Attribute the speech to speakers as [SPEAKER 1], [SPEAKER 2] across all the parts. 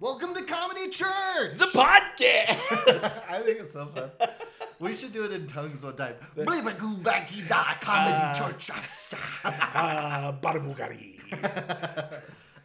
[SPEAKER 1] Welcome to Comedy Church.
[SPEAKER 2] The podcast.
[SPEAKER 1] I think it's so fun. We should do it in tongues one time. Blibagubaki da Comedy Church.
[SPEAKER 2] uh, Barabugari.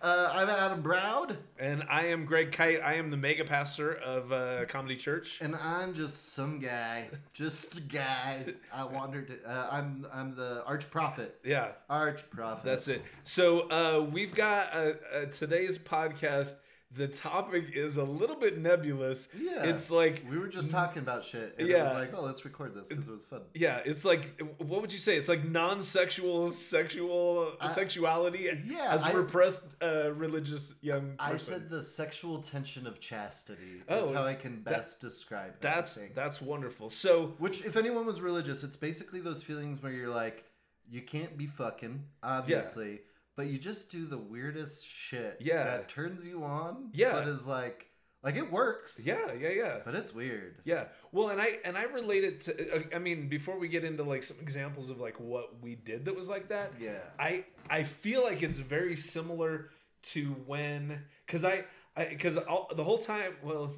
[SPEAKER 1] Uh, I'm Adam Browd,
[SPEAKER 2] and I am Greg Kite. I am the mega pastor of uh, Comedy Church.
[SPEAKER 1] and I'm just some guy, just a guy. I wandered. Uh, I'm I'm the arch prophet.
[SPEAKER 2] Yeah,
[SPEAKER 1] Arch prophet.
[SPEAKER 2] that's it. So uh, we've got uh, uh, today's podcast. The topic is a little bit nebulous.
[SPEAKER 1] Yeah.
[SPEAKER 2] It's like
[SPEAKER 1] We were just talking about shit, and it
[SPEAKER 2] Yeah.
[SPEAKER 1] was like, oh, let's record this because it was fun.
[SPEAKER 2] yeah, it's like what would you say? It's like non-sexual sexual sexuality
[SPEAKER 1] yeah,
[SPEAKER 2] as
[SPEAKER 1] I-
[SPEAKER 2] repressed uh, religious young person.
[SPEAKER 1] I said the sexual tension of chastity. That's
[SPEAKER 2] Oh,
[SPEAKER 1] how I can best describe it. I
[SPEAKER 2] that's
[SPEAKER 1] think.
[SPEAKER 2] that's wonderful. So
[SPEAKER 1] Which, if anyone was religious, it's basically those feelings where you're like, you can't be fucking, obviously, but you just do the weirdest shit.
[SPEAKER 2] Yeah.
[SPEAKER 1] That turns you on.
[SPEAKER 2] Yeah.
[SPEAKER 1] But is like, like it works.
[SPEAKER 2] yeah, yeah, yeah.
[SPEAKER 1] But it's weird.
[SPEAKER 2] Yeah. Well, and I and I relate it to. uh, I mean, before we get into like some examples of like what we did that was like that,
[SPEAKER 1] Yeah.
[SPEAKER 2] I I feel like it's very similar to when because I because the whole time, well,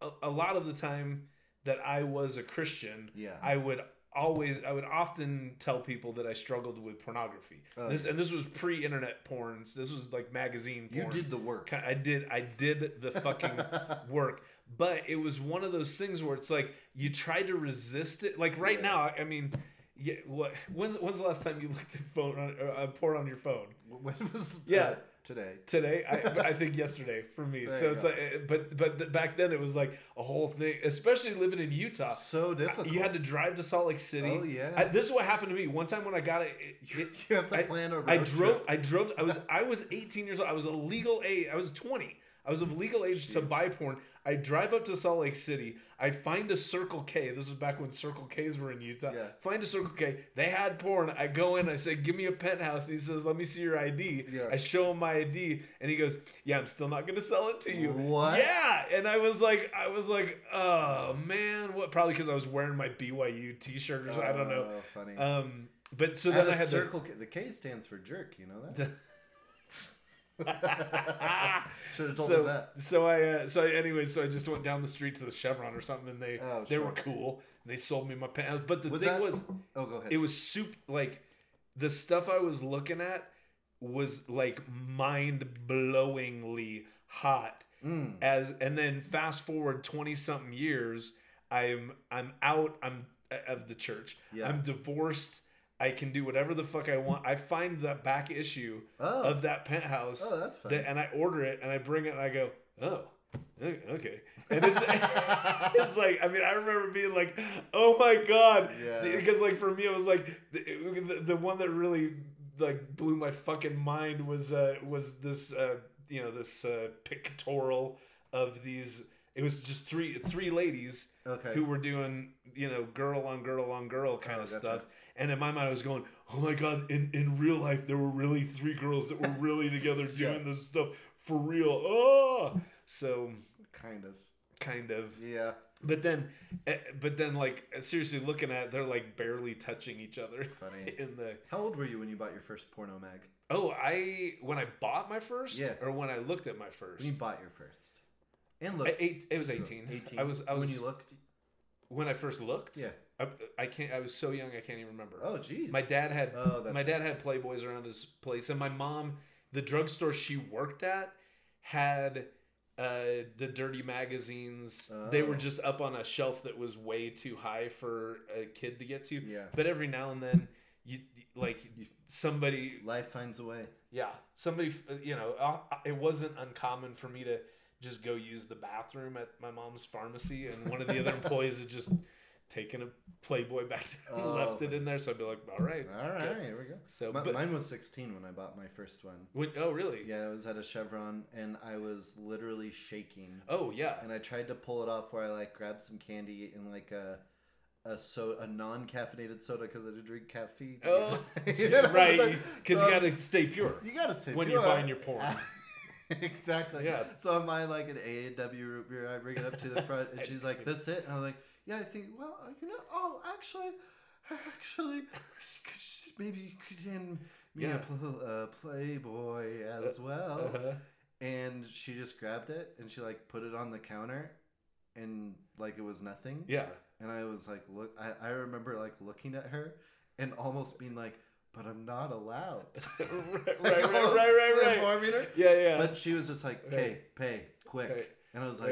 [SPEAKER 2] a, a lot of the time that I was a Christian,
[SPEAKER 1] Yeah.
[SPEAKER 2] I would always I would often tell people that I struggled with pornography.
[SPEAKER 1] Oh,
[SPEAKER 2] this and this was pre-internet porns. This was like magazine.
[SPEAKER 1] you
[SPEAKER 2] porn.
[SPEAKER 1] did the work.
[SPEAKER 2] Ki- I did I did the fucking work. But it was one of those things where it's like you tried to resist it. Like right
[SPEAKER 1] Yeah.
[SPEAKER 2] now, I- I mean, yeah, what when's when's the last time you looked at phone on, or, uh, porn on your phone?
[SPEAKER 1] when was
[SPEAKER 2] Yeah.
[SPEAKER 1] that today?
[SPEAKER 2] Today, I, I think yesterday for me.
[SPEAKER 1] There
[SPEAKER 2] so
[SPEAKER 1] you
[SPEAKER 2] it's
[SPEAKER 1] go.
[SPEAKER 2] like, eh, but but th- back then it was like a whole thing, especially living in Utah.
[SPEAKER 1] So difficult.
[SPEAKER 2] Uh, You had to drive to Salt Lake City.
[SPEAKER 1] Oh, yeah.
[SPEAKER 2] I, this is what happened to me one time when I got it. it, it
[SPEAKER 1] You have to
[SPEAKER 2] I-
[SPEAKER 1] plan a road
[SPEAKER 2] I
[SPEAKER 1] trip.
[SPEAKER 2] drove. I drove. I was. I was 18 years old. I was a legal age. I was 20. I was of legal age to
[SPEAKER 1] Jeez.
[SPEAKER 2] buy porn. I drive up to Salt Lake City. I find a Circle K. This was back when Circle K's were in Utah.
[SPEAKER 1] Yeah.
[SPEAKER 2] Find a Circle K. They had porn. I go in. I say, "Give me a penthouse." And he says, "Let me see your ID."
[SPEAKER 1] Yeah.
[SPEAKER 2] I show him my ID, and he goes, "Yeah, I'm still not gonna sell it to you."
[SPEAKER 1] What?
[SPEAKER 2] Yeah. And I was like, I was like, oh man, what? Probably because I was wearing my BYU T-shirt or something. I don't know.
[SPEAKER 1] Oh, Funny.
[SPEAKER 2] Um, but so
[SPEAKER 1] I had
[SPEAKER 2] then I
[SPEAKER 1] a
[SPEAKER 2] had the
[SPEAKER 1] circle. K- The K stands for jerk. You know that. Should have told
[SPEAKER 2] so
[SPEAKER 1] him that.
[SPEAKER 2] so I uh, so I, anyway so I just went down the street to the Chevron or something and they
[SPEAKER 1] Oh,
[SPEAKER 2] they
[SPEAKER 1] sure.
[SPEAKER 2] were cool and they sold me my pants but the
[SPEAKER 1] Was
[SPEAKER 2] thing
[SPEAKER 1] that-
[SPEAKER 2] was
[SPEAKER 1] Oh, go ahead.
[SPEAKER 2] it was soup like the stuff I was looking at was like mind blowingly hot
[SPEAKER 1] Mm.
[SPEAKER 2] as and then fast forward 20 something years I'm I'm out I'm uh, of the church
[SPEAKER 1] Yeah.
[SPEAKER 2] I'm divorced I can do whatever the fuck I want I find that back issue
[SPEAKER 1] Oh.
[SPEAKER 2] of that penthouse
[SPEAKER 1] Oh, that's fun.
[SPEAKER 2] that- and I order it and I bring it and I go, oh, o- okay. And it's, it's like, I mean, I remember being like, oh my God.
[SPEAKER 1] Yeah.
[SPEAKER 2] Because, like, for me, it was like the, the, the one that really like blew my fucking mind was uh was this uh you know this uh pictorial of these it was just three three ladies
[SPEAKER 1] Okay.
[SPEAKER 2] who were doing you know girl on girl on girl kind
[SPEAKER 1] Oh,
[SPEAKER 2] of
[SPEAKER 1] gotcha.
[SPEAKER 2] stuff and in my mind i was going oh my god in, in real life there were really three girls that were really together
[SPEAKER 1] Yeah.
[SPEAKER 2] doing this stuff for real oh so
[SPEAKER 1] kind of.
[SPEAKER 2] kind of
[SPEAKER 1] Yeah.
[SPEAKER 2] but then eh, but then like seriously looking at it, they're like barely touching each other
[SPEAKER 1] Funny.
[SPEAKER 2] in the
[SPEAKER 1] How old were you when you bought your first porno mag?
[SPEAKER 2] oh i when i bought my first
[SPEAKER 1] Yeah.
[SPEAKER 2] or when i looked at my first
[SPEAKER 1] When you bought your first. And
[SPEAKER 2] I,
[SPEAKER 1] looked.
[SPEAKER 2] eight, it was 18.
[SPEAKER 1] 18.
[SPEAKER 2] i was i was
[SPEAKER 1] When you looked.
[SPEAKER 2] when i first looked
[SPEAKER 1] Yeah.
[SPEAKER 2] I, I can't i was so young i can't even remember
[SPEAKER 1] Oh, jeez.
[SPEAKER 2] My dad had
[SPEAKER 1] Oh, that's
[SPEAKER 2] my dad had Playboys around his place, and my mom, the drugstore she worked at, had uh, the dirty magazines. They were
[SPEAKER 1] Oh.
[SPEAKER 2] just up on a shelf that was way too high for a kid to get to.
[SPEAKER 1] Yeah.
[SPEAKER 2] But every now and then, you like somebody,
[SPEAKER 1] Life finds a way.
[SPEAKER 2] yeah, somebody, you know, uh, it wasn't uncommon for me to just go use the bathroom at my mom's pharmacy, and one of the other employees had just taken a Playboy back there and
[SPEAKER 1] Oh.
[SPEAKER 2] left it in there. So I'd be like, all right,
[SPEAKER 1] All right.
[SPEAKER 2] okay."
[SPEAKER 1] Here we go.
[SPEAKER 2] So,
[SPEAKER 1] Mi-
[SPEAKER 2] but-
[SPEAKER 1] mine was 16 when I bought my first one.
[SPEAKER 2] When, oh, really?
[SPEAKER 1] Yeah, I was at a Chevron and I was literally shaking.
[SPEAKER 2] Oh, yeah.
[SPEAKER 1] And I tried to pull it off where I like grabbed some candy and like a a so a non caffeinated soda because I didn't drink caffeine.
[SPEAKER 2] Oh,
[SPEAKER 1] You know,
[SPEAKER 2] right.
[SPEAKER 1] like,
[SPEAKER 2] Because
[SPEAKER 1] so-
[SPEAKER 2] you got to stay pure.
[SPEAKER 1] You gotta stay
[SPEAKER 2] When
[SPEAKER 1] pure.
[SPEAKER 2] you're buying your porn.
[SPEAKER 1] exactly.
[SPEAKER 2] Yeah.
[SPEAKER 1] So on my like an AAW root beer, I bring it up to the front, and she's like, "This it?" And I'm like, "Yeah." I think, well, you know, oh, actually, actually, maybe you could in me
[SPEAKER 2] Yeah.
[SPEAKER 1] a pl- uh, Playboy as well.
[SPEAKER 2] Uh-huh.
[SPEAKER 1] and she just grabbed it and she like put it on the counter and like it was nothing
[SPEAKER 2] Yeah.
[SPEAKER 1] and i was like look i, I remember like looking at her and almost being like but i'm not allowed
[SPEAKER 2] right,
[SPEAKER 1] Like,
[SPEAKER 2] right, right,
[SPEAKER 1] almost
[SPEAKER 2] right, right, right.
[SPEAKER 1] informing her.
[SPEAKER 2] Yeah, yeah.
[SPEAKER 1] but she was just like
[SPEAKER 2] Right.
[SPEAKER 1] pay pay quick
[SPEAKER 2] Right.
[SPEAKER 1] and i was like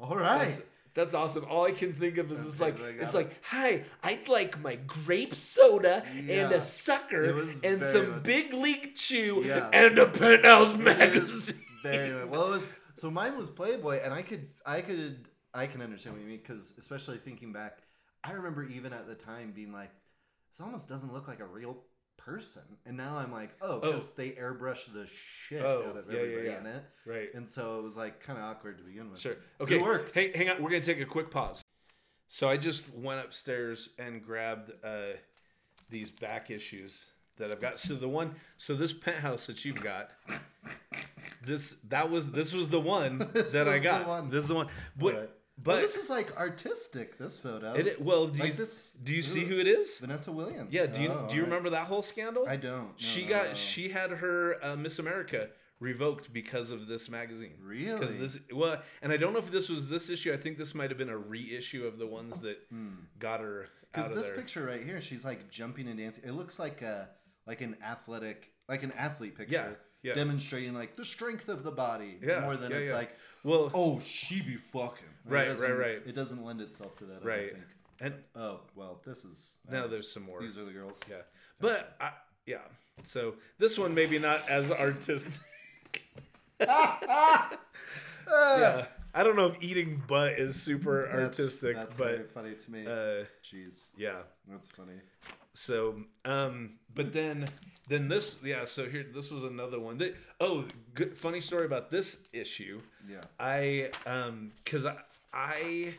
[SPEAKER 2] Right.
[SPEAKER 1] all right
[SPEAKER 2] That's, that's awesome. All I can think of is it's
[SPEAKER 1] Okay,
[SPEAKER 2] like
[SPEAKER 1] I got
[SPEAKER 2] it's
[SPEAKER 1] it.
[SPEAKER 2] like, hi, I'd like my grape soda and
[SPEAKER 1] Yeah.
[SPEAKER 2] a
[SPEAKER 1] It
[SPEAKER 2] sucker
[SPEAKER 1] was
[SPEAKER 2] and
[SPEAKER 1] very
[SPEAKER 2] some
[SPEAKER 1] much-
[SPEAKER 2] big league chew
[SPEAKER 1] Yeah.
[SPEAKER 2] and a penthouse
[SPEAKER 1] It is
[SPEAKER 2] magazine.
[SPEAKER 1] very much- well. It was so mine was Playboy, and I could, I could, I can understand what you mean because, especially thinking back, I remember even at the time being like, this almost doesn't look like a real person, and now I'm like, oh, because they airbrushed the shit
[SPEAKER 2] Oh,
[SPEAKER 1] out of
[SPEAKER 2] yeah, yeah,
[SPEAKER 1] everybody
[SPEAKER 2] yeah.
[SPEAKER 1] in it,
[SPEAKER 2] Right.
[SPEAKER 1] and so it was like kind of awkward to begin with.
[SPEAKER 2] Sure. Okay.
[SPEAKER 1] worked.
[SPEAKER 2] Hang, hang on. We're gonna take a quick pause. So I just went upstairs and grabbed uh, these back issues that I've got. So the one, so this penthouse that you've got, this that was this was the one that I
[SPEAKER 1] was the
[SPEAKER 2] got.
[SPEAKER 1] one.
[SPEAKER 2] This is the one. But
[SPEAKER 1] Right.
[SPEAKER 2] but
[SPEAKER 1] Well, this is like artistic. This photo.
[SPEAKER 2] it, it- well, do you,
[SPEAKER 1] like this.
[SPEAKER 2] do you see who it is?
[SPEAKER 1] Vanessa Williams.
[SPEAKER 2] Yeah. Do you
[SPEAKER 1] Oh,
[SPEAKER 2] do you
[SPEAKER 1] all right.
[SPEAKER 2] remember that whole scandal?
[SPEAKER 1] I don't. No,
[SPEAKER 2] she
[SPEAKER 1] no,
[SPEAKER 2] got
[SPEAKER 1] no.
[SPEAKER 2] she had her uh, Miss America revoked because of this magazine.
[SPEAKER 1] really.
[SPEAKER 2] Because this well, and I don't know if this was this issue. I think this might have been a reissue of the ones that got her
[SPEAKER 1] Hmm.
[SPEAKER 2] out
[SPEAKER 1] Because
[SPEAKER 2] of
[SPEAKER 1] this
[SPEAKER 2] there.
[SPEAKER 1] picture right here, she's like jumping and dancing. It looks like a like an athletic, like an athlete picture,
[SPEAKER 2] Yeah, yeah.
[SPEAKER 1] demonstrating like the strength of the body
[SPEAKER 2] Yeah,
[SPEAKER 1] more than
[SPEAKER 2] yeah,
[SPEAKER 1] it's
[SPEAKER 2] yeah.
[SPEAKER 1] like,
[SPEAKER 2] well,
[SPEAKER 1] oh, she be fucking. It
[SPEAKER 2] Right, right,
[SPEAKER 1] doesn't-
[SPEAKER 2] right.
[SPEAKER 1] It doesn't lend itself to that. I
[SPEAKER 2] right,
[SPEAKER 1] Don't think.
[SPEAKER 2] and
[SPEAKER 1] Oh well, this is uh,
[SPEAKER 2] now there's some more.
[SPEAKER 1] these are the girls.
[SPEAKER 2] Yeah, but I, yeah. So this one maybe not as artistic. yeah, uh, I don't know if eating butt is
[SPEAKER 1] Ah,
[SPEAKER 2] super
[SPEAKER 1] That's-
[SPEAKER 2] artistic,
[SPEAKER 1] That's very
[SPEAKER 2] but
[SPEAKER 1] funny to me.
[SPEAKER 2] uh,
[SPEAKER 1] Jeez,
[SPEAKER 2] yeah.
[SPEAKER 1] that's funny.
[SPEAKER 2] So, um, but then, then this, yeah. So here, this was another one. That, oh, good, funny story about this issue.
[SPEAKER 1] Yeah.
[SPEAKER 2] I, um, cause I, I,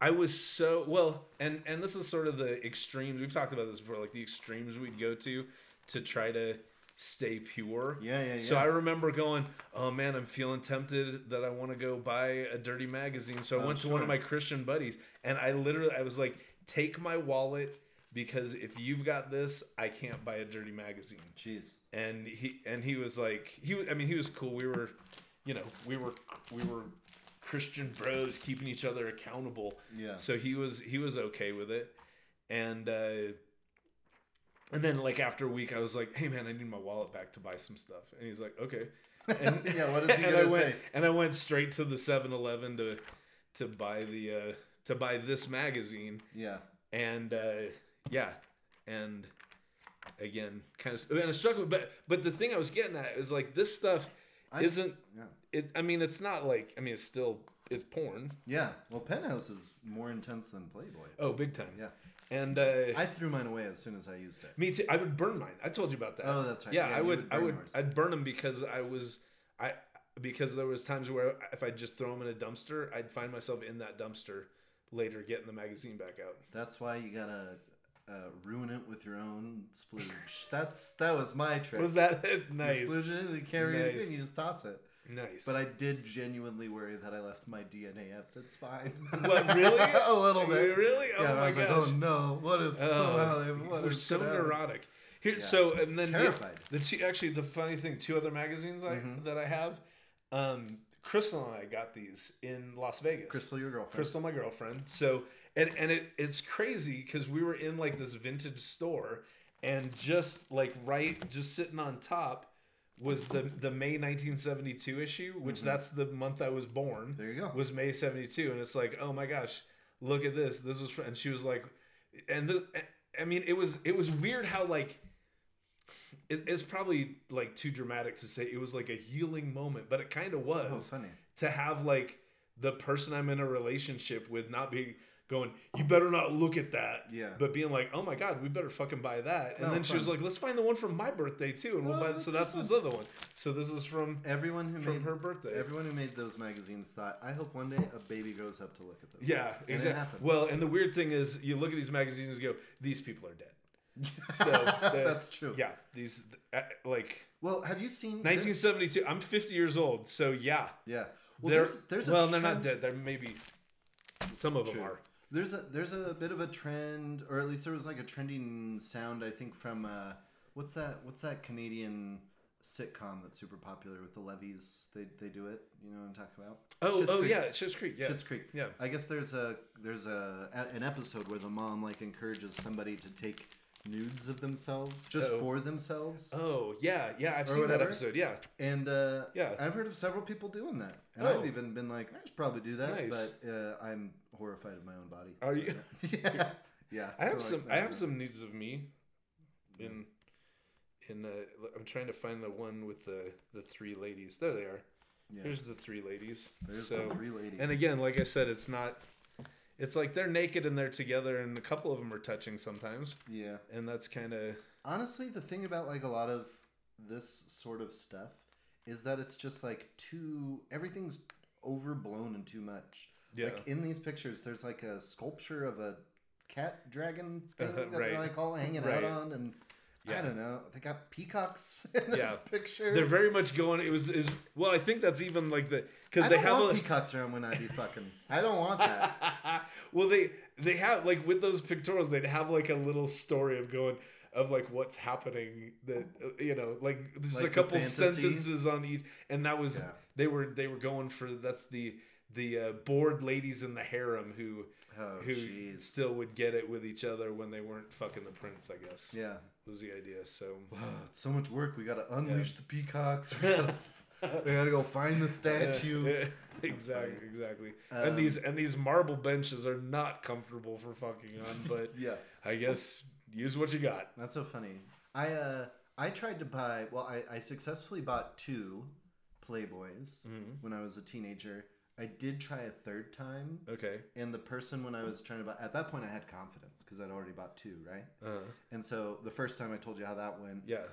[SPEAKER 2] I was so well, and and this is sort of the extremes we've talked about this before, like the extremes we'd go to to try to stay pure.
[SPEAKER 1] Yeah, yeah,
[SPEAKER 2] So
[SPEAKER 1] yeah.
[SPEAKER 2] I remember going, oh man, I'm feeling tempted that I want to go buy a dirty magazine. So I went to one of
[SPEAKER 1] Oh, sure.
[SPEAKER 2] my Christian buddies, and I literally I was like, take my wallet because if you've got this, I can't buy a dirty magazine.
[SPEAKER 1] Jeez.
[SPEAKER 2] And he and he was like, he wa- I mean, he was cool. We were, you know, we were we were Christian bros keeping each other accountable.
[SPEAKER 1] Yeah.
[SPEAKER 2] So he was he was okay with it, and uh, and then like after a week, I was like, "Hey man, I need my wallet back to buy some stuff," and he's like, "Okay." And,
[SPEAKER 1] Yeah, what is he
[SPEAKER 2] and
[SPEAKER 1] gonna
[SPEAKER 2] I went,
[SPEAKER 1] say?
[SPEAKER 2] And I went straight to the 7-Eleven to to buy the uh, to buy this magazine,
[SPEAKER 1] Yeah.
[SPEAKER 2] and uh, yeah, and again, kind of and I struck with, but but the thing I was getting at is like this stuff
[SPEAKER 1] I-
[SPEAKER 2] isn't
[SPEAKER 1] Yeah.
[SPEAKER 2] it. I mean, it's not like I mean, it's still it's porn.
[SPEAKER 1] Yeah. Well, Penthouse is more intense than Playboy.
[SPEAKER 2] Oh, big time.
[SPEAKER 1] Yeah.
[SPEAKER 2] And uh,
[SPEAKER 1] I threw mine away as soon as I used it.
[SPEAKER 2] Me too. I would burn mine. I told you about that.
[SPEAKER 1] Oh, that's right.
[SPEAKER 2] Yeah,
[SPEAKER 1] Yeah,
[SPEAKER 2] I
[SPEAKER 1] you would
[SPEAKER 2] would. I
[SPEAKER 1] burn
[SPEAKER 2] would.
[SPEAKER 1] yours.
[SPEAKER 2] I'd burn them because I was. I because there was times where if I just throw them in a dumpster, I'd find myself in that dumpster later getting the magazine back out.
[SPEAKER 1] That's why you gotta uh, ruin it with your own splooge. That's that was my trick.
[SPEAKER 2] Was that it?
[SPEAKER 1] You
[SPEAKER 2] nice?
[SPEAKER 1] Splooge it, you carry it,
[SPEAKER 2] Nice.
[SPEAKER 1] and you just toss it.
[SPEAKER 2] Nice.
[SPEAKER 1] But I did genuinely worry that I left my DNA evidence behind.
[SPEAKER 2] What really?
[SPEAKER 1] a little bit.
[SPEAKER 2] Really? Oh
[SPEAKER 1] yeah,
[SPEAKER 2] my
[SPEAKER 1] I was
[SPEAKER 2] gosh.
[SPEAKER 1] like, oh no, what if
[SPEAKER 2] Oh,
[SPEAKER 1] somehow they what
[SPEAKER 2] we're
[SPEAKER 1] if
[SPEAKER 2] so
[SPEAKER 1] it happened?
[SPEAKER 2] neurotic. Here, so and then the-
[SPEAKER 1] Terrified. Mm-hmm.
[SPEAKER 2] The, two, actually, the funny thing, two other magazines I that I have, um, Crystal and I got these in Las Vegas.
[SPEAKER 1] Crystal, your girlfriend.
[SPEAKER 2] Crystal, my girlfriend. So and and it it's crazy because we were in like this vintage store and just like right just sitting on top was the the May 1972 issue, which
[SPEAKER 1] Mm-hmm.
[SPEAKER 2] that's the month I was born.
[SPEAKER 1] There you go.
[SPEAKER 2] Was May 72 and it's like, "Oh my gosh, look at this. This was fr-. and she was like and the, I mean, it was it was weird how like it, it's probably like too dramatic to say it was like a healing moment, but it kind of was
[SPEAKER 1] Oh, funny.
[SPEAKER 2] to have like the person I'm in a relationship with not be going, you better not look at that.
[SPEAKER 1] Yeah.
[SPEAKER 2] But being like, oh my god, we better fucking buy that. And
[SPEAKER 1] Oh,
[SPEAKER 2] then she was
[SPEAKER 1] fun.
[SPEAKER 2] like, let's find the one from my birthday too, and we'll
[SPEAKER 1] Oh,
[SPEAKER 2] buy. So that's
[SPEAKER 1] that's
[SPEAKER 2] this other one. So this is from
[SPEAKER 1] Everyone who
[SPEAKER 2] from
[SPEAKER 1] made
[SPEAKER 2] her birthday.
[SPEAKER 1] everyone who made those magazines thought, I hope one day a baby grows up to look at this.
[SPEAKER 2] yeah,
[SPEAKER 1] And it
[SPEAKER 2] exactly.
[SPEAKER 1] happened.
[SPEAKER 2] Well, and the weird thing is, you look at these magazines and go, these people are dead. So the-
[SPEAKER 1] That's true.
[SPEAKER 2] Yeah, these uh, like
[SPEAKER 1] Well, have you seen
[SPEAKER 2] 1972. I'm 50 years old, so yeah.
[SPEAKER 1] Yeah. Well,
[SPEAKER 2] they're,
[SPEAKER 1] there's, there's a
[SPEAKER 2] well, they're
[SPEAKER 1] trend-
[SPEAKER 2] not dead. They're maybe some of them
[SPEAKER 1] True.
[SPEAKER 2] are.
[SPEAKER 1] There's a there's a bit of a trend, or at least there was like a trending sound I think from uh, what's that what's that Canadian sitcom that's super popular with the Levies. They they do it. You know what I'm talking about?
[SPEAKER 2] Oh,
[SPEAKER 1] Schitt's
[SPEAKER 2] oh
[SPEAKER 1] Creek.
[SPEAKER 2] yeah, it's Schitt's Creek. Yeah,
[SPEAKER 1] Schitt's Creek.
[SPEAKER 2] yeah.
[SPEAKER 1] I guess there's a there's a, a- an episode where the mom like encourages somebody to take nudes of themselves just
[SPEAKER 2] Uh-oh.
[SPEAKER 1] for themselves.
[SPEAKER 2] Oh yeah, yeah. I've
[SPEAKER 1] Or
[SPEAKER 2] seen that
[SPEAKER 1] whatever.
[SPEAKER 2] episode. Yeah,
[SPEAKER 1] And uh,
[SPEAKER 2] Yeah.
[SPEAKER 1] I've heard of several people doing that, and
[SPEAKER 2] Oh.
[SPEAKER 1] I've even been like, I should probably do that,
[SPEAKER 2] Nice.
[SPEAKER 1] but uh, I'm horrified of my own body.
[SPEAKER 2] Are
[SPEAKER 1] so-
[SPEAKER 2] you?
[SPEAKER 1] yeah, yeah.
[SPEAKER 2] I have
[SPEAKER 1] So, like,
[SPEAKER 2] some. I have
[SPEAKER 1] uh,
[SPEAKER 2] some nudes of me. In, in uh, I'm trying to find the one with the the three ladies. There they are.
[SPEAKER 1] Yeah.
[SPEAKER 2] Here's the three ladies.
[SPEAKER 1] There's
[SPEAKER 2] so,
[SPEAKER 1] the three ladies.
[SPEAKER 2] and again, like I said, it's not. It's like they're naked and they're together, and a couple of them are touching sometimes,
[SPEAKER 1] yeah.
[SPEAKER 2] and that's kind of
[SPEAKER 1] Honestly, the thing about like a lot of this sort of stuff is that it's just like too everything's overblown and too much.
[SPEAKER 2] yeah.
[SPEAKER 1] Like in these pictures, there's like a sculpture of a cat dragon thing
[SPEAKER 2] Uh-huh,
[SPEAKER 1] that
[SPEAKER 2] right.
[SPEAKER 1] they're like all hanging
[SPEAKER 2] Right.
[SPEAKER 1] out on, and
[SPEAKER 2] Yeah.
[SPEAKER 1] I don't know. They got peacocks in this
[SPEAKER 2] Yeah.
[SPEAKER 1] picture.
[SPEAKER 2] they're very much going. It was is well. I think that's even like the because
[SPEAKER 1] I
[SPEAKER 2] they
[SPEAKER 1] don't
[SPEAKER 2] have
[SPEAKER 1] want
[SPEAKER 2] a,
[SPEAKER 1] peacocks around when I be fucking. I don't want that.
[SPEAKER 2] well they they have like with those pictorials they'd have like a little story of going of like what's happening that uh, you know like there's
[SPEAKER 1] Like
[SPEAKER 2] a
[SPEAKER 1] the
[SPEAKER 2] couple
[SPEAKER 1] fantasy?
[SPEAKER 2] sentences on each and that was
[SPEAKER 1] Yeah.
[SPEAKER 2] they were they were going for that's the the uh, bored ladies in the harem who
[SPEAKER 1] Oh
[SPEAKER 2] who
[SPEAKER 1] jeez.
[SPEAKER 2] still would get it with each other when they weren't fucking the prince i guess
[SPEAKER 1] Yeah.
[SPEAKER 2] was the idea so
[SPEAKER 1] Oh, it's so much work. We gotta unleash the peacocks. We gotta, we gotta go find the statue.
[SPEAKER 2] Yeah, exactly exactly
[SPEAKER 1] Um,
[SPEAKER 2] and these and these marble benches are not comfortable for fucking on but
[SPEAKER 1] yeah.
[SPEAKER 2] i guess use what you got
[SPEAKER 1] That's so funny. I uh I tried to buy well I, I successfully bought two Playboys
[SPEAKER 2] Mhm.
[SPEAKER 1] when I was a teenager. I did try a third time
[SPEAKER 2] okay
[SPEAKER 1] and the person when I was trying to buy at that point I had confidence because I'd already bought two, right?
[SPEAKER 2] Uh,
[SPEAKER 1] And so the first time I told you how that went.
[SPEAKER 2] yeah.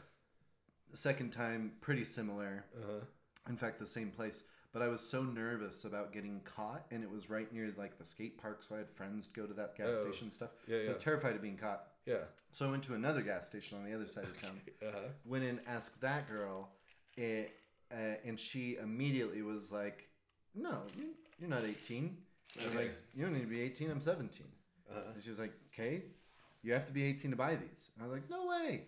[SPEAKER 1] The second time pretty similar.
[SPEAKER 2] Uh,
[SPEAKER 1] In fact the same place. But I was so nervous about getting caught and it was right near like the skate park so I had friends go to that gas
[SPEAKER 2] Oh.
[SPEAKER 1] station and stuff.
[SPEAKER 2] Yeah,
[SPEAKER 1] so I was
[SPEAKER 2] yeah.
[SPEAKER 1] terrified of being caught.
[SPEAKER 2] yeah.
[SPEAKER 1] So I went to another gas station on the other side of town.
[SPEAKER 2] Uh-huh.
[SPEAKER 1] went in asked that girl it, uh, and she immediately was like no you- you're not 18 i was
[SPEAKER 2] Okay.
[SPEAKER 1] like you don't need to be 18 i'm 17
[SPEAKER 2] Uh-huh.
[SPEAKER 1] and she was like okay you have to be 18 to buy these i was like no way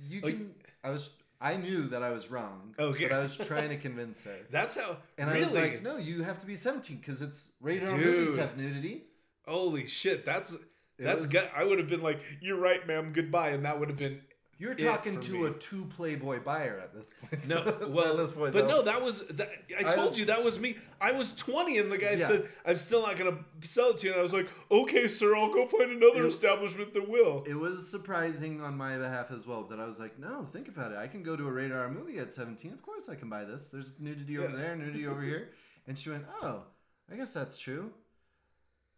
[SPEAKER 1] you
[SPEAKER 2] Like-
[SPEAKER 1] can i was i knew that i was wrong
[SPEAKER 2] Oh, Okay.
[SPEAKER 1] but i was trying to convince her
[SPEAKER 2] That's how.
[SPEAKER 1] and
[SPEAKER 2] really?
[SPEAKER 1] i was like no you have to be 17 because it's rated R
[SPEAKER 2] Dude.
[SPEAKER 1] movies have nudity
[SPEAKER 2] Holy shit! That's that's
[SPEAKER 1] was-
[SPEAKER 2] good. I would have been like, "You're right, ma'am. Goodbye," and that would have been
[SPEAKER 1] you're
[SPEAKER 2] for
[SPEAKER 1] talking to
[SPEAKER 2] me.
[SPEAKER 1] a two playboy buyer at this point
[SPEAKER 2] no.
[SPEAKER 1] At
[SPEAKER 2] Well,
[SPEAKER 1] this point,
[SPEAKER 2] but
[SPEAKER 1] though.
[SPEAKER 2] no, that was. That, I
[SPEAKER 1] I
[SPEAKER 2] told
[SPEAKER 1] was-
[SPEAKER 2] you that was me. I was 20, and the guy
[SPEAKER 1] Yeah.
[SPEAKER 2] said, "I'm still not gonna sell it to you." And I was like, "Okay, sir. I'll go find another
[SPEAKER 1] It-
[SPEAKER 2] establishment that will."
[SPEAKER 1] it was surprising on my behalf as well that I was like, no, think about it. I can go to a rated R movie at 17. Of course I can buy this. There's nudity over
[SPEAKER 2] Yeah.
[SPEAKER 1] there, nudity over here. And she went, oh, I guess that's true.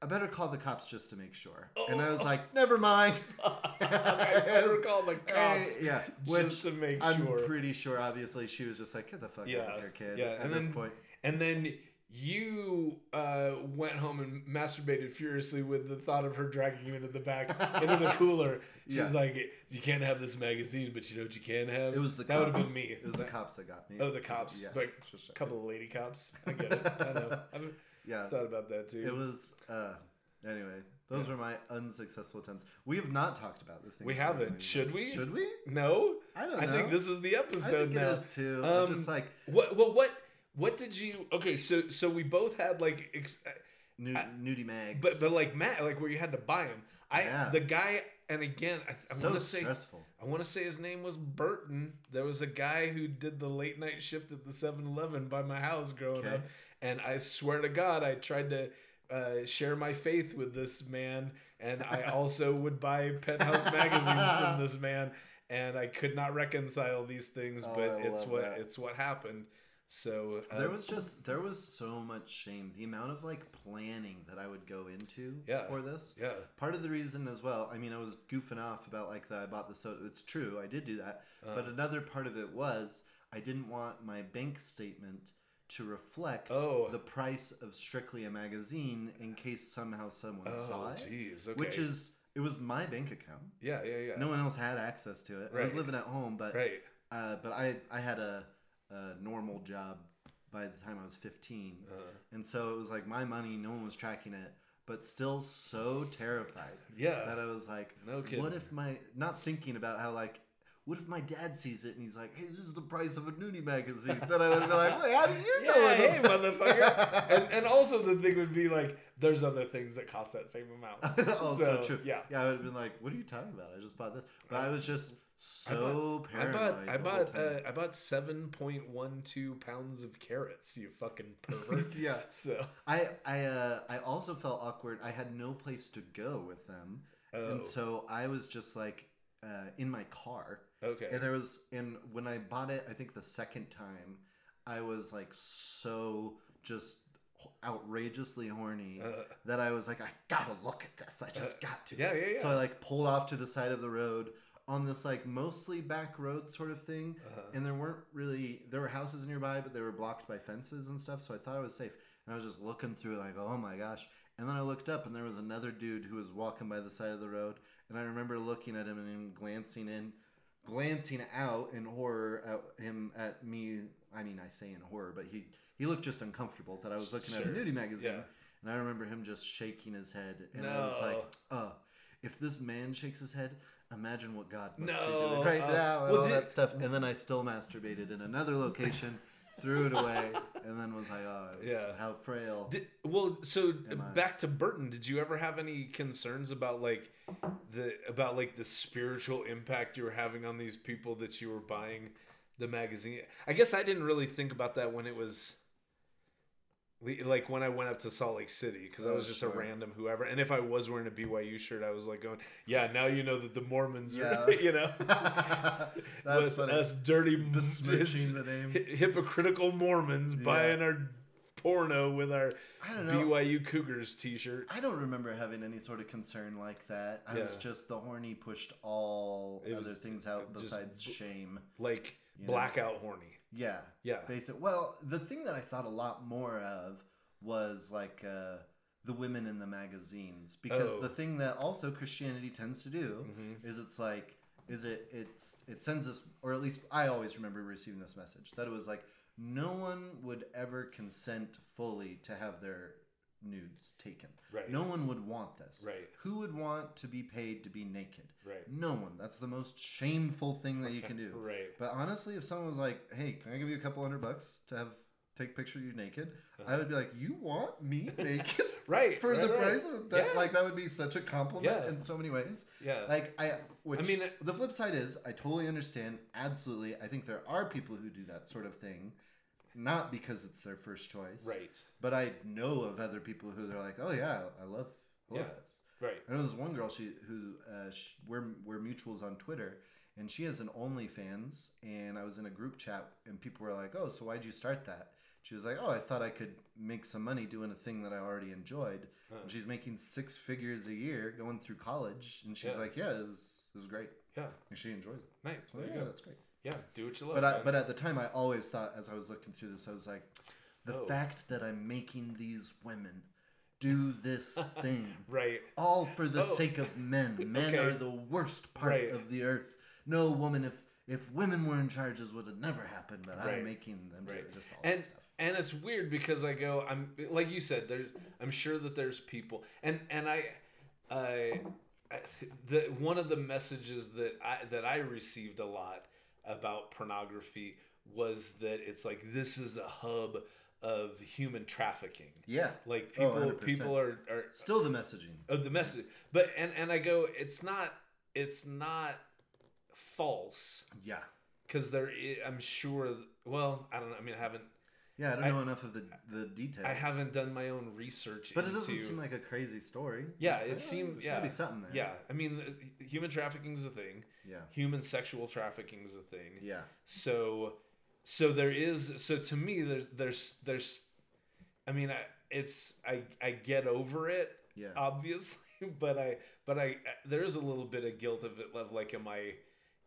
[SPEAKER 1] I better call the cops just to make sure. And I
[SPEAKER 2] Oh.
[SPEAKER 1] was like, never mind.
[SPEAKER 2] I better call the cops.
[SPEAKER 1] Eh, yeah,
[SPEAKER 2] just to make
[SPEAKER 1] I'm
[SPEAKER 2] sure.
[SPEAKER 1] pretty sure, obviously, she was just like, get the fuck out
[SPEAKER 2] Yeah,
[SPEAKER 1] of here, kid.
[SPEAKER 2] yeah,
[SPEAKER 1] At
[SPEAKER 2] and
[SPEAKER 1] this
[SPEAKER 2] then-
[SPEAKER 1] point,
[SPEAKER 2] And then you uh, went home and masturbated furiously with the thought of her dragging you into the back into the cooler. She was
[SPEAKER 1] Yeah.
[SPEAKER 2] like, "You can't have this magazine, but you know what you can have."
[SPEAKER 1] it was the
[SPEAKER 2] that would
[SPEAKER 1] cops.
[SPEAKER 2] have been me.
[SPEAKER 1] It was the cops that got me.
[SPEAKER 2] Oh, the cops.
[SPEAKER 1] Yeah.
[SPEAKER 2] Like, a couple of lady cops. I get it. I know. I've
[SPEAKER 1] yeah.
[SPEAKER 2] thought about that too.
[SPEAKER 1] It was uh anyway, those were my unsuccessful attempts. We have not talked about the thing.
[SPEAKER 2] we
[SPEAKER 1] that we're doing.
[SPEAKER 2] haven't. Should we?
[SPEAKER 1] Should we?
[SPEAKER 2] no.
[SPEAKER 1] I don't
[SPEAKER 2] I
[SPEAKER 1] know.
[SPEAKER 2] think this is the
[SPEAKER 1] I
[SPEAKER 2] episode
[SPEAKER 1] think
[SPEAKER 2] now.
[SPEAKER 1] it is too.
[SPEAKER 2] Um,
[SPEAKER 1] I'm just like
[SPEAKER 2] What? Well, what? What did you? Okay, so so we both had like. Ex-
[SPEAKER 1] nu- nudie mags.
[SPEAKER 2] But but like Matt, like where you had to buy him. I
[SPEAKER 1] Yeah.
[SPEAKER 2] the guy, and again, I, I
[SPEAKER 1] so
[SPEAKER 2] want to say
[SPEAKER 1] stressful.
[SPEAKER 2] I want to say his name was Burton. There was a guy who did the late night shift at the 7-Eleven by my house growing
[SPEAKER 1] Okay.
[SPEAKER 2] up, and I swear to God, I tried to. Uh, share my faith with this man, and I also would buy penthouse magazines from this man, and I could not reconcile these things,
[SPEAKER 1] Oh,
[SPEAKER 2] but
[SPEAKER 1] I
[SPEAKER 2] it's
[SPEAKER 1] love
[SPEAKER 2] what
[SPEAKER 1] that.
[SPEAKER 2] it's what happened. So uh,
[SPEAKER 1] There was just there was so much shame. The amount of like planning that I would go into
[SPEAKER 2] Yeah.
[SPEAKER 1] for this.
[SPEAKER 2] yeah,
[SPEAKER 1] Part of the reason as well, I mean, I was goofing off about like that. I bought the soda. It's true, I did do that. but
[SPEAKER 2] Uh.
[SPEAKER 1] another part of it was I didn't want my bank statement to reflect
[SPEAKER 2] Oh.
[SPEAKER 1] the price of Strictly a magazine in case somehow someone saw
[SPEAKER 2] oh
[SPEAKER 1] it.
[SPEAKER 2] jeez, okay,
[SPEAKER 1] Which is, it was my bank account.
[SPEAKER 2] yeah yeah yeah
[SPEAKER 1] No one else had access to it. I was
[SPEAKER 2] Right.
[SPEAKER 1] living at home, but
[SPEAKER 2] right
[SPEAKER 1] uh, but I I had a, a normal job by the time I was 15.
[SPEAKER 2] uh,
[SPEAKER 1] And so it was like my money, no one was tracking it, but still so terrified
[SPEAKER 2] Yeah.
[SPEAKER 1] that uh, I was like,
[SPEAKER 2] No kidding.
[SPEAKER 1] what if my not thinking about how like what if my dad sees it and he's like, hey, this is the price of a nudie magazine? Then I would be like, wait, how do you know?
[SPEAKER 2] Yeah,
[SPEAKER 1] what the-
[SPEAKER 2] hey, motherfucker. and, and also the thing would be like, there's other things that cost that same amount.
[SPEAKER 1] also
[SPEAKER 2] So,
[SPEAKER 1] Oh, true.
[SPEAKER 2] yeah.
[SPEAKER 1] yeah. I would have been like, "What are you talking about? I just bought this." But I was just so
[SPEAKER 2] I
[SPEAKER 1] paranoid.
[SPEAKER 2] bought I
[SPEAKER 1] the whole
[SPEAKER 2] bought uh,
[SPEAKER 1] time.
[SPEAKER 2] I bought seven point one two pounds of carrots. You fucking pervert.
[SPEAKER 1] yeah.
[SPEAKER 2] so
[SPEAKER 1] I I uh, I also felt awkward. I had no place to go with them,
[SPEAKER 2] oh,
[SPEAKER 1] and so I was just like uh, in my car.
[SPEAKER 2] oh, okay.
[SPEAKER 1] And there was, and when I bought it, I think the second time, I was like so just outrageously horny
[SPEAKER 2] Uh,
[SPEAKER 1] that I was like, I gotta look at this. I just got to.
[SPEAKER 2] yeah, yeah, yeah.
[SPEAKER 1] So I like pulled off to the side of the road on this like mostly back road sort of thing.
[SPEAKER 2] Uh-huh.
[SPEAKER 1] And there weren't really there were houses nearby, but they were blocked by fences and stuff, so I thought I was safe. And I was just looking through like, oh my gosh. And then I looked up and there was another dude who was walking by the side of the road and I remember looking at him and him glancing in glancing out in horror at him at me I mean I say in horror, but he he looked just uncomfortable that I was looking at a
[SPEAKER 2] Sure.
[SPEAKER 1] nudie magazine.
[SPEAKER 2] Yeah.
[SPEAKER 1] And I remember him just shaking his head, and I was like,
[SPEAKER 2] No.
[SPEAKER 1] "Oh, if this man shakes his head, imagine what God must be
[SPEAKER 2] No,
[SPEAKER 1] doing right
[SPEAKER 2] uh,
[SPEAKER 1] now and
[SPEAKER 2] well,
[SPEAKER 1] all
[SPEAKER 2] did-
[SPEAKER 1] that stuff." And then I still masturbated in another location, threw it away, and then was like, "Oh, it's-
[SPEAKER 2] Yeah.
[SPEAKER 1] how frail."
[SPEAKER 2] Did, well, so
[SPEAKER 1] Am I-
[SPEAKER 2] back to Burton. Did you ever have any concerns about like the about like the spiritual impact you were having on these people that you were buying the magazine? I guess I didn't really think about that when it was like when I went up to Salt Lake City because I
[SPEAKER 1] Oh,
[SPEAKER 2] was just a
[SPEAKER 1] sure.
[SPEAKER 2] random whoever. And if I was wearing a BYU shirt, I was like going, "Yeah, now you know that the Mormons are,
[SPEAKER 1] Yeah.
[SPEAKER 2] you know,
[SPEAKER 1] That's
[SPEAKER 2] us,
[SPEAKER 1] funny.
[SPEAKER 2] us dirty
[SPEAKER 1] besmirching
[SPEAKER 2] this-
[SPEAKER 1] the name.
[SPEAKER 2] hy- hypocritical Mormons buying our porno with our
[SPEAKER 1] I don't know.
[SPEAKER 2] BYU Cougars T-shirt.
[SPEAKER 1] I don't remember having any sort of concern like that. I was
[SPEAKER 2] Yeah.
[SPEAKER 1] just the horny pushed all
[SPEAKER 2] It was
[SPEAKER 1] other things out
[SPEAKER 2] just-
[SPEAKER 1] besides shame.
[SPEAKER 2] like
[SPEAKER 1] Yeah.
[SPEAKER 2] blackout horny.
[SPEAKER 1] Yeah.
[SPEAKER 2] Yeah.
[SPEAKER 1] Basic. Well, the thing that I thought a lot more of was like uh, the women in the magazines, because
[SPEAKER 2] Oh.
[SPEAKER 1] the thing that also Christianity tends to do
[SPEAKER 2] hmm
[SPEAKER 1] is it's like, is it it's it sends us, or at least I always remember receiving this message that it was like no one would ever consent fully to have their nudes taken.
[SPEAKER 2] Right.
[SPEAKER 1] No one would want this.
[SPEAKER 2] Right.
[SPEAKER 1] Who would want to be paid to be naked?
[SPEAKER 2] Right.
[SPEAKER 1] No one. That's the most shameful thing that you can do.
[SPEAKER 2] Right.
[SPEAKER 1] But honestly, if someone was like, "Hey, can I give you a couple hundred bucks to have take a picture of you naked?" I would be like, "You want me naked
[SPEAKER 2] Uh-huh. Right.
[SPEAKER 1] for
[SPEAKER 2] right,
[SPEAKER 1] the
[SPEAKER 2] right.
[SPEAKER 1] price of that?
[SPEAKER 2] Yeah.
[SPEAKER 1] Like that would be such a compliment
[SPEAKER 2] Yeah.
[SPEAKER 1] in so many ways."
[SPEAKER 2] Yeah.
[SPEAKER 1] Like I, which
[SPEAKER 2] I
[SPEAKER 1] I
[SPEAKER 2] mean, uh,
[SPEAKER 1] mean,
[SPEAKER 2] it-
[SPEAKER 1] the flip side is, I totally understand. Absolutely, I think there are people who do that sort of thing, not because it's their first choice,
[SPEAKER 2] right.
[SPEAKER 1] But I know of other people who they're like, "Oh yeah, I love, I love
[SPEAKER 2] Yeah.
[SPEAKER 1] this."
[SPEAKER 2] Right.
[SPEAKER 1] I know there's one girl she who uh, sh we're we're mutuals on Twitter, and she has an OnlyFans. And I was in a group chat, and people were like, "Oh, so why'd you start that?" She was like, "Oh, I thought I could make some money doing a thing that I already enjoyed."
[SPEAKER 2] Uh.
[SPEAKER 1] And she's making six figures a year going through college, and she's
[SPEAKER 2] Yeah.
[SPEAKER 1] like, "Yeah, this is, this is great."
[SPEAKER 2] Yeah.
[SPEAKER 1] And she enjoys it.
[SPEAKER 2] Nice.
[SPEAKER 1] So,
[SPEAKER 2] There you
[SPEAKER 1] yeah,
[SPEAKER 2] go.
[SPEAKER 1] that's great.
[SPEAKER 2] Yeah. Do what you love.
[SPEAKER 1] But I,
[SPEAKER 2] man.
[SPEAKER 1] but at the time, I always thought as I was looking through this, I was like, "The
[SPEAKER 2] Oh.
[SPEAKER 1] fact that I'm making these women do this thing."
[SPEAKER 2] right.
[SPEAKER 1] all for the
[SPEAKER 2] Oh.
[SPEAKER 1] sake of men. Men
[SPEAKER 2] Okay.
[SPEAKER 1] are the worst part
[SPEAKER 2] Right.
[SPEAKER 1] of the earth. No woman, if if women were in charge, this would have never happened. But
[SPEAKER 2] Right.
[SPEAKER 1] I'm making them do
[SPEAKER 2] Right.
[SPEAKER 1] it, just all
[SPEAKER 2] And
[SPEAKER 1] that stuff.
[SPEAKER 2] and it's weird because I go I'm like you said there's I'm sure that there's people and and I I, I the one of the messages that I that I received a lot about pornography was that it's like this is a hub of human trafficking.
[SPEAKER 1] Yeah,
[SPEAKER 2] Like
[SPEAKER 1] Oh,
[SPEAKER 2] people
[SPEAKER 1] 100%.
[SPEAKER 2] people are are
[SPEAKER 1] still the messaging.
[SPEAKER 2] of the message. But and and I go it's not it's not false
[SPEAKER 1] Yeah,
[SPEAKER 2] because there i- I'm sure well I don't know I mean I haven't
[SPEAKER 1] yeah. I don't
[SPEAKER 2] I-
[SPEAKER 1] know enough of the the details.
[SPEAKER 2] I haven't done my own research
[SPEAKER 1] but it
[SPEAKER 2] into,
[SPEAKER 1] doesn't seem like a crazy story.
[SPEAKER 2] Yeah,
[SPEAKER 1] It's
[SPEAKER 2] it
[SPEAKER 1] like,
[SPEAKER 2] seem-
[SPEAKER 1] oh, There's gotta
[SPEAKER 2] yeah.
[SPEAKER 1] be something there.
[SPEAKER 2] yeah I mean uh, human trafficking is a thing
[SPEAKER 1] yeah,
[SPEAKER 2] human sexual trafficking is a thing
[SPEAKER 1] yeah.
[SPEAKER 2] so so there is so to me there, there's there's I mean I it's I I get over it
[SPEAKER 1] Yeah.
[SPEAKER 2] obviously but i but i there is a little bit of guilt of it of like am i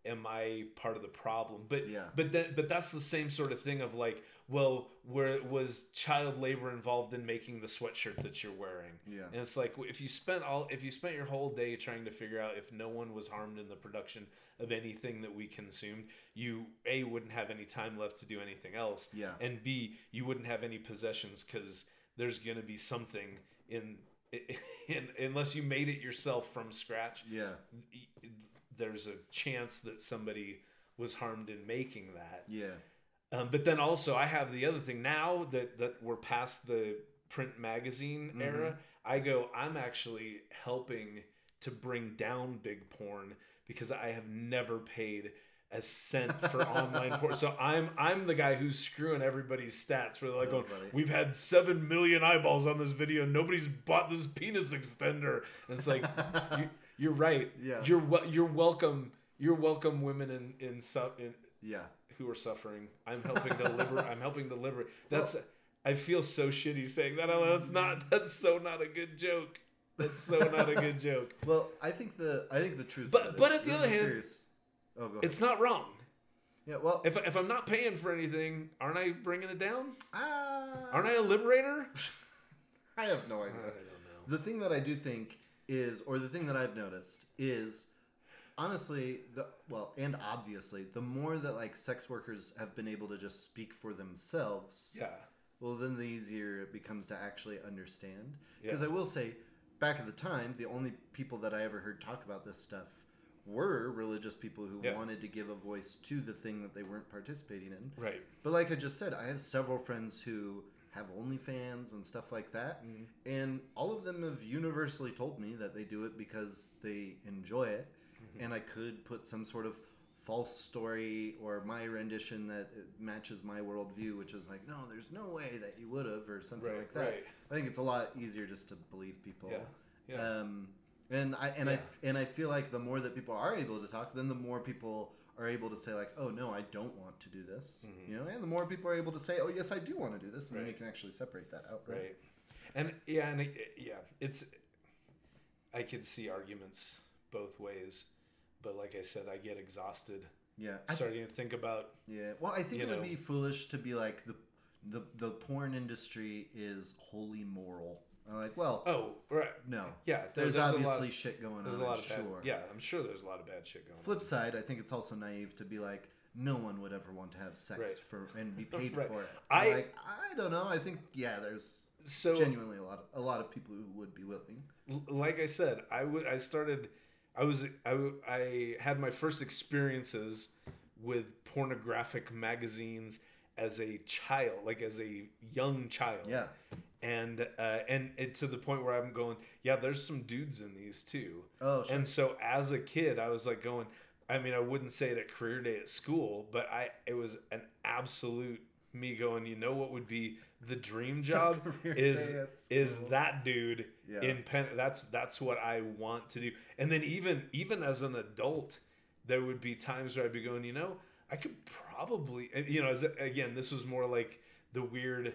[SPEAKER 2] am i part of the problem but
[SPEAKER 1] Yeah.
[SPEAKER 2] but then but that's the same sort of thing of like well where was child labor involved in making the sweatshirt that you're wearing
[SPEAKER 1] Yeah.
[SPEAKER 2] and it's like if you spent all if you spent your whole day trying to figure out if no one was harmed in the production of anything that we consumed you a wouldn't have any time left to do anything else
[SPEAKER 1] Yeah.
[SPEAKER 2] and b you wouldn't have any possessions because there's going to be something in, in unless you made it yourself from scratch
[SPEAKER 1] yeah,
[SPEAKER 2] there's a chance that somebody was harmed in making that.
[SPEAKER 1] Yeah.
[SPEAKER 2] Um, but then also, I have the other thing now that that we're past the print magazine
[SPEAKER 1] Mhm.
[SPEAKER 2] era. I go, I'm actually helping to bring down big porn because I have never paid a cent for online porn. So I'm I'm the guy who's screwing everybody's stats. Where they're like,
[SPEAKER 1] That was
[SPEAKER 2] going,
[SPEAKER 1] funny.
[SPEAKER 2] we've had seven million eyeballs on this video. Nobody's bought this penis extender. And it's like, you, you're right.
[SPEAKER 1] Yeah.
[SPEAKER 2] You're wel- you're welcome. You're welcome, women in in, su- in
[SPEAKER 1] Yeah.
[SPEAKER 2] who are suffering. I'm helping to liberate. I'm helping to liberate. That's. I feel so shitty saying that. I'm like, That's not. That's so not a good joke. That's so not a good joke.
[SPEAKER 1] Well, I think the I think the truth.
[SPEAKER 2] But-
[SPEAKER 1] of it
[SPEAKER 2] but
[SPEAKER 1] is-
[SPEAKER 2] at the
[SPEAKER 1] this
[SPEAKER 2] other
[SPEAKER 1] is
[SPEAKER 2] hand,
[SPEAKER 1] serious. oh, go ahead.
[SPEAKER 2] It's not wrong.
[SPEAKER 1] yeah. Well,
[SPEAKER 2] If, if I'm not paying for anything, aren't I bringing it down?
[SPEAKER 1] ah,
[SPEAKER 2] Aren't I a liberator?
[SPEAKER 1] I have no idea.
[SPEAKER 2] I don't know.
[SPEAKER 1] The thing that I do think is, or the thing that I've noticed is, honestly, the well, and obviously, the more that like sex workers have been able to just speak for themselves,
[SPEAKER 2] Yeah.
[SPEAKER 1] well, then the easier it becomes to actually understand.
[SPEAKER 2] Yeah.
[SPEAKER 1] Because I will say, back at the time, the only people that I ever heard talk about this stuff were religious people who
[SPEAKER 2] Yeah.
[SPEAKER 1] wanted to give a voice to the thing that they weren't participating in.
[SPEAKER 2] Right.
[SPEAKER 1] But like I just said, I have several friends who have OnlyFans and stuff like that,
[SPEAKER 2] Mm-hmm.
[SPEAKER 1] and all of them have universally told me that they do it because they enjoy it,
[SPEAKER 2] Mm-hmm.
[SPEAKER 1] and I could put some sort of false story or my rendition that it matches my worldview, which is like, no, there's no way that you would have or something
[SPEAKER 2] Right,
[SPEAKER 1] like that.
[SPEAKER 2] right.
[SPEAKER 1] I think it's a lot easier just to believe people.
[SPEAKER 2] Yeah, yeah.
[SPEAKER 1] Um, and I and
[SPEAKER 2] Yeah.
[SPEAKER 1] I and I feel like the more that people are able to talk, then the more people are able to say like, "Oh no, I don't want to do this," you know, and the more people are able to say, "Oh yes, I do want to do this," and then you
[SPEAKER 2] Mm-hmm. Right.
[SPEAKER 1] can actually separate that out, right?
[SPEAKER 2] Right. And yeah, and it, yeah, it's. I could see arguments both ways, but like I said, I get exhausted
[SPEAKER 1] Yeah, I-
[SPEAKER 2] starting to think about
[SPEAKER 1] yeah. Well, I think
[SPEAKER 2] You
[SPEAKER 1] it would
[SPEAKER 2] know.
[SPEAKER 1] be foolish to be like the the the porn industry is wholly moral. I'm like, well,
[SPEAKER 2] oh right
[SPEAKER 1] no,
[SPEAKER 2] yeah. there-
[SPEAKER 1] there's,
[SPEAKER 2] a lot-
[SPEAKER 1] obviously shit going
[SPEAKER 2] There's
[SPEAKER 1] on.
[SPEAKER 2] a lot
[SPEAKER 1] I'm
[SPEAKER 2] of bad.
[SPEAKER 1] sure.
[SPEAKER 2] Yeah, I'm sure there's a lot of bad shit going.
[SPEAKER 1] Flip side, I think it's also naive to be like, no one would ever want to have sex
[SPEAKER 2] Right.
[SPEAKER 1] for and be paid
[SPEAKER 2] Right.
[SPEAKER 1] for it.
[SPEAKER 2] I-
[SPEAKER 1] I like, I don't know. I think yeah, there's
[SPEAKER 2] on. So,
[SPEAKER 1] genuinely a lot of, a lot of people who would be willing.
[SPEAKER 2] l- like I said, I would. I started. I was. I, w- I had my first experiences with pornographic magazines as a child, like as a young child.
[SPEAKER 1] Yeah,
[SPEAKER 2] and uh, and it, to the point where I'm going, yeah, there's some dudes in these too.
[SPEAKER 1] Oh, sure.
[SPEAKER 2] And so as a kid, I was like going. I mean, I wouldn't say it at career day at school, but I it was an absolute me going. You know what would be the dream job
[SPEAKER 1] Career
[SPEAKER 2] is
[SPEAKER 1] day at
[SPEAKER 2] is
[SPEAKER 1] school.
[SPEAKER 2] that dude
[SPEAKER 1] Yeah.
[SPEAKER 2] in pen. That's that's what I want to do. And then even even as an adult, there would be times where I'd be going, you know, I could probably, and, you know, as again, this was more like the weird,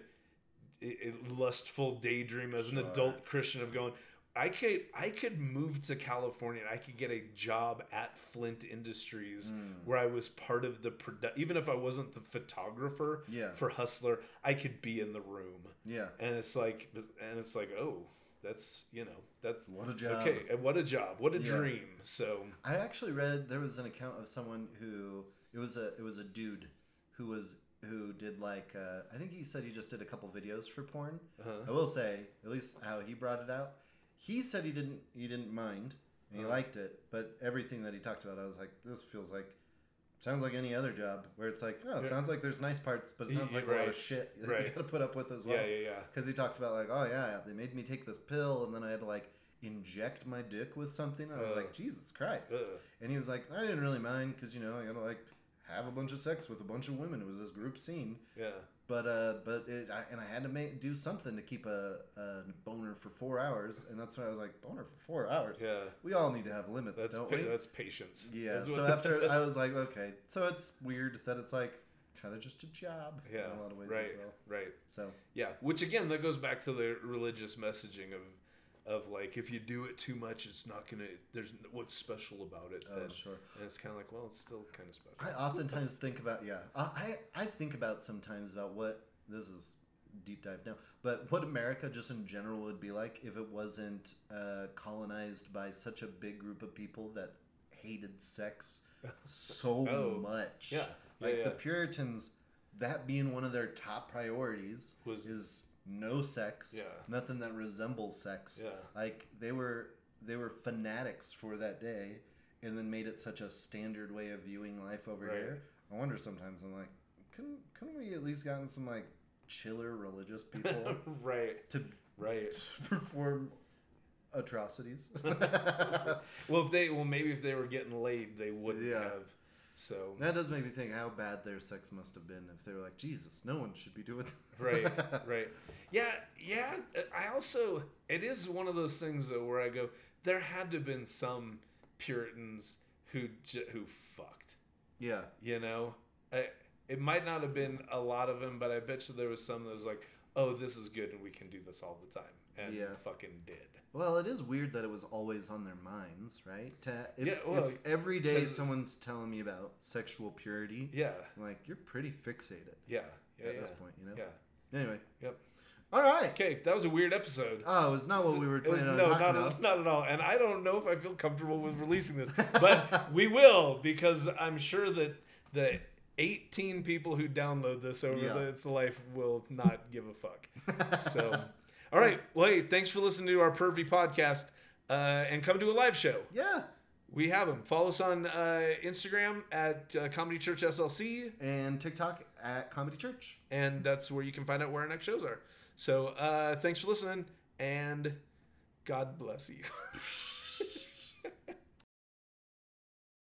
[SPEAKER 2] i i- lustful daydream as an
[SPEAKER 1] Sure.
[SPEAKER 2] adult Christian of going, I could, I could move to California and I could get a job at Flint Industries
[SPEAKER 1] Hmm.
[SPEAKER 2] where I was part of the produ- even if I wasn't the photographer
[SPEAKER 1] Yeah.
[SPEAKER 2] for Hustler, I could be in the room.
[SPEAKER 1] yeah.
[SPEAKER 2] And it's like, and it's like, oh, that's you know, that's
[SPEAKER 1] What a job.
[SPEAKER 2] Okay, and what a job, what a
[SPEAKER 1] Yeah.
[SPEAKER 2] dream. So
[SPEAKER 1] I actually read there was an account of someone who it was a it was a dude who was who did like uh, I think he said he just did a couple videos for porn.
[SPEAKER 2] uh-huh.
[SPEAKER 1] I will say at least how he brought it out. He said he didn't he didn't mind and he
[SPEAKER 2] Uh-huh.
[SPEAKER 1] liked it, but everything that he talked about, I was like, this feels like. Sounds like any other job where it's like, oh, it
[SPEAKER 2] Yeah.
[SPEAKER 1] sounds like there's nice parts, but it
[SPEAKER 2] Y-
[SPEAKER 1] sounds
[SPEAKER 2] y-
[SPEAKER 1] like a lot
[SPEAKER 2] right.
[SPEAKER 1] of shit that you
[SPEAKER 2] Right.
[SPEAKER 1] gotta put up with as well.
[SPEAKER 2] yeah, yeah, yeah.
[SPEAKER 1] Because he talked about like, oh yeah, they made me take this pill, and then I had to like inject my dick with something. And I was
[SPEAKER 2] Ugh.
[SPEAKER 1] like, Jesus Christ!
[SPEAKER 2] Ugh.
[SPEAKER 1] And he was like, I didn't really mind because you know I gotta like have a bunch of sex with a bunch of women. It was this group scene,
[SPEAKER 2] Yeah.
[SPEAKER 1] but uh, but it I, and I had to make do something to keep a, a boner for four hours, and that's when I was like, boner for four hours.
[SPEAKER 2] Yeah.
[SPEAKER 1] We all need to have limits,
[SPEAKER 2] That's
[SPEAKER 1] don't
[SPEAKER 2] pa-
[SPEAKER 1] we?
[SPEAKER 2] that's patience.
[SPEAKER 1] Yeah.
[SPEAKER 2] That's
[SPEAKER 1] So
[SPEAKER 2] what-
[SPEAKER 1] after I was like, okay, so it's weird that it's like kind of just a job
[SPEAKER 2] yeah,
[SPEAKER 1] in a lot of ways
[SPEAKER 2] right,
[SPEAKER 1] as well.
[SPEAKER 2] right.
[SPEAKER 1] So
[SPEAKER 2] Yeah, which again that goes back to the religious messaging of of like if you do it too much, it's not gonna. There's n- what's special about it.
[SPEAKER 1] oh
[SPEAKER 2] then?
[SPEAKER 1] sure.
[SPEAKER 2] And it's kind of like well, it's still kind of special.
[SPEAKER 1] I oftentimes think about yeah. I I I think about sometimes about what this is deep dive now, but what America just in general would be like if it wasn't uh, colonized by such a big group of people that hated sex so
[SPEAKER 2] Oh,
[SPEAKER 1] much.
[SPEAKER 2] yeah, yeah,
[SPEAKER 1] like the
[SPEAKER 2] yeah.
[SPEAKER 1] Puritans, that being one of their top priorities
[SPEAKER 2] Was-
[SPEAKER 1] is no sex.
[SPEAKER 2] Yeah.
[SPEAKER 1] nothing that resembles sex.
[SPEAKER 2] Yeah.
[SPEAKER 1] like they were they were fanatics for that day and then made it such a standard way of viewing life over
[SPEAKER 2] Right.
[SPEAKER 1] here. I wonder sometimes. I'm like, couldn't couldn't we at least gotten some like chiller religious people
[SPEAKER 2] right,
[SPEAKER 1] to,
[SPEAKER 2] right.
[SPEAKER 1] to perform atrocities?
[SPEAKER 2] Well, if they well maybe if they were getting laid, they wouldn't
[SPEAKER 1] Yeah.
[SPEAKER 2] have. So
[SPEAKER 1] That does make me think how bad their sex must have been if they were like, Jesus, no one should be doing that.
[SPEAKER 2] right, right. Yeah, yeah. I also it is one of those things though where I go, there had to have been some Puritans who j- who fucked.
[SPEAKER 1] yeah.
[SPEAKER 2] You know, I, it might not have been a lot of them, but I bet you there was some that was like, oh, this is good and we can do this all the time, and
[SPEAKER 1] Yeah.
[SPEAKER 2] fucking did.
[SPEAKER 1] Well, it is weird that it was always on their minds, right? To, if,
[SPEAKER 2] Yeah, well,
[SPEAKER 1] if every day
[SPEAKER 2] 'cause-
[SPEAKER 1] someone's telling me about sexual purity,
[SPEAKER 2] Yeah,
[SPEAKER 1] I'm like, you're pretty fixated
[SPEAKER 2] yeah, yeah.
[SPEAKER 1] at
[SPEAKER 2] yeah.
[SPEAKER 1] this point, you know?
[SPEAKER 2] Yeah.
[SPEAKER 1] Anyway.
[SPEAKER 2] Yep.
[SPEAKER 1] All right.
[SPEAKER 2] Okay, that was a weird episode.
[SPEAKER 1] Oh, it was not what we were
[SPEAKER 2] It was-
[SPEAKER 1] planning on
[SPEAKER 2] no,
[SPEAKER 1] talking
[SPEAKER 2] not,
[SPEAKER 1] about.
[SPEAKER 2] not at all. And I don't know if I feel comfortable with releasing this, but we will because I'm sure that the 18 people who download this over
[SPEAKER 1] Yeah.
[SPEAKER 2] the, its life will not give a fuck. So, all right. Well, hey, thanks for listening to our pervy podcast uh, and come to a live show.
[SPEAKER 1] Yeah.
[SPEAKER 2] We have them. Follow us on uh, Instagram at uh, Comedy Church SLC,
[SPEAKER 1] And TikTok at Comedy Church.
[SPEAKER 2] and that's where you can find out where our next shows are. So, uh, thanks for listening and God bless you.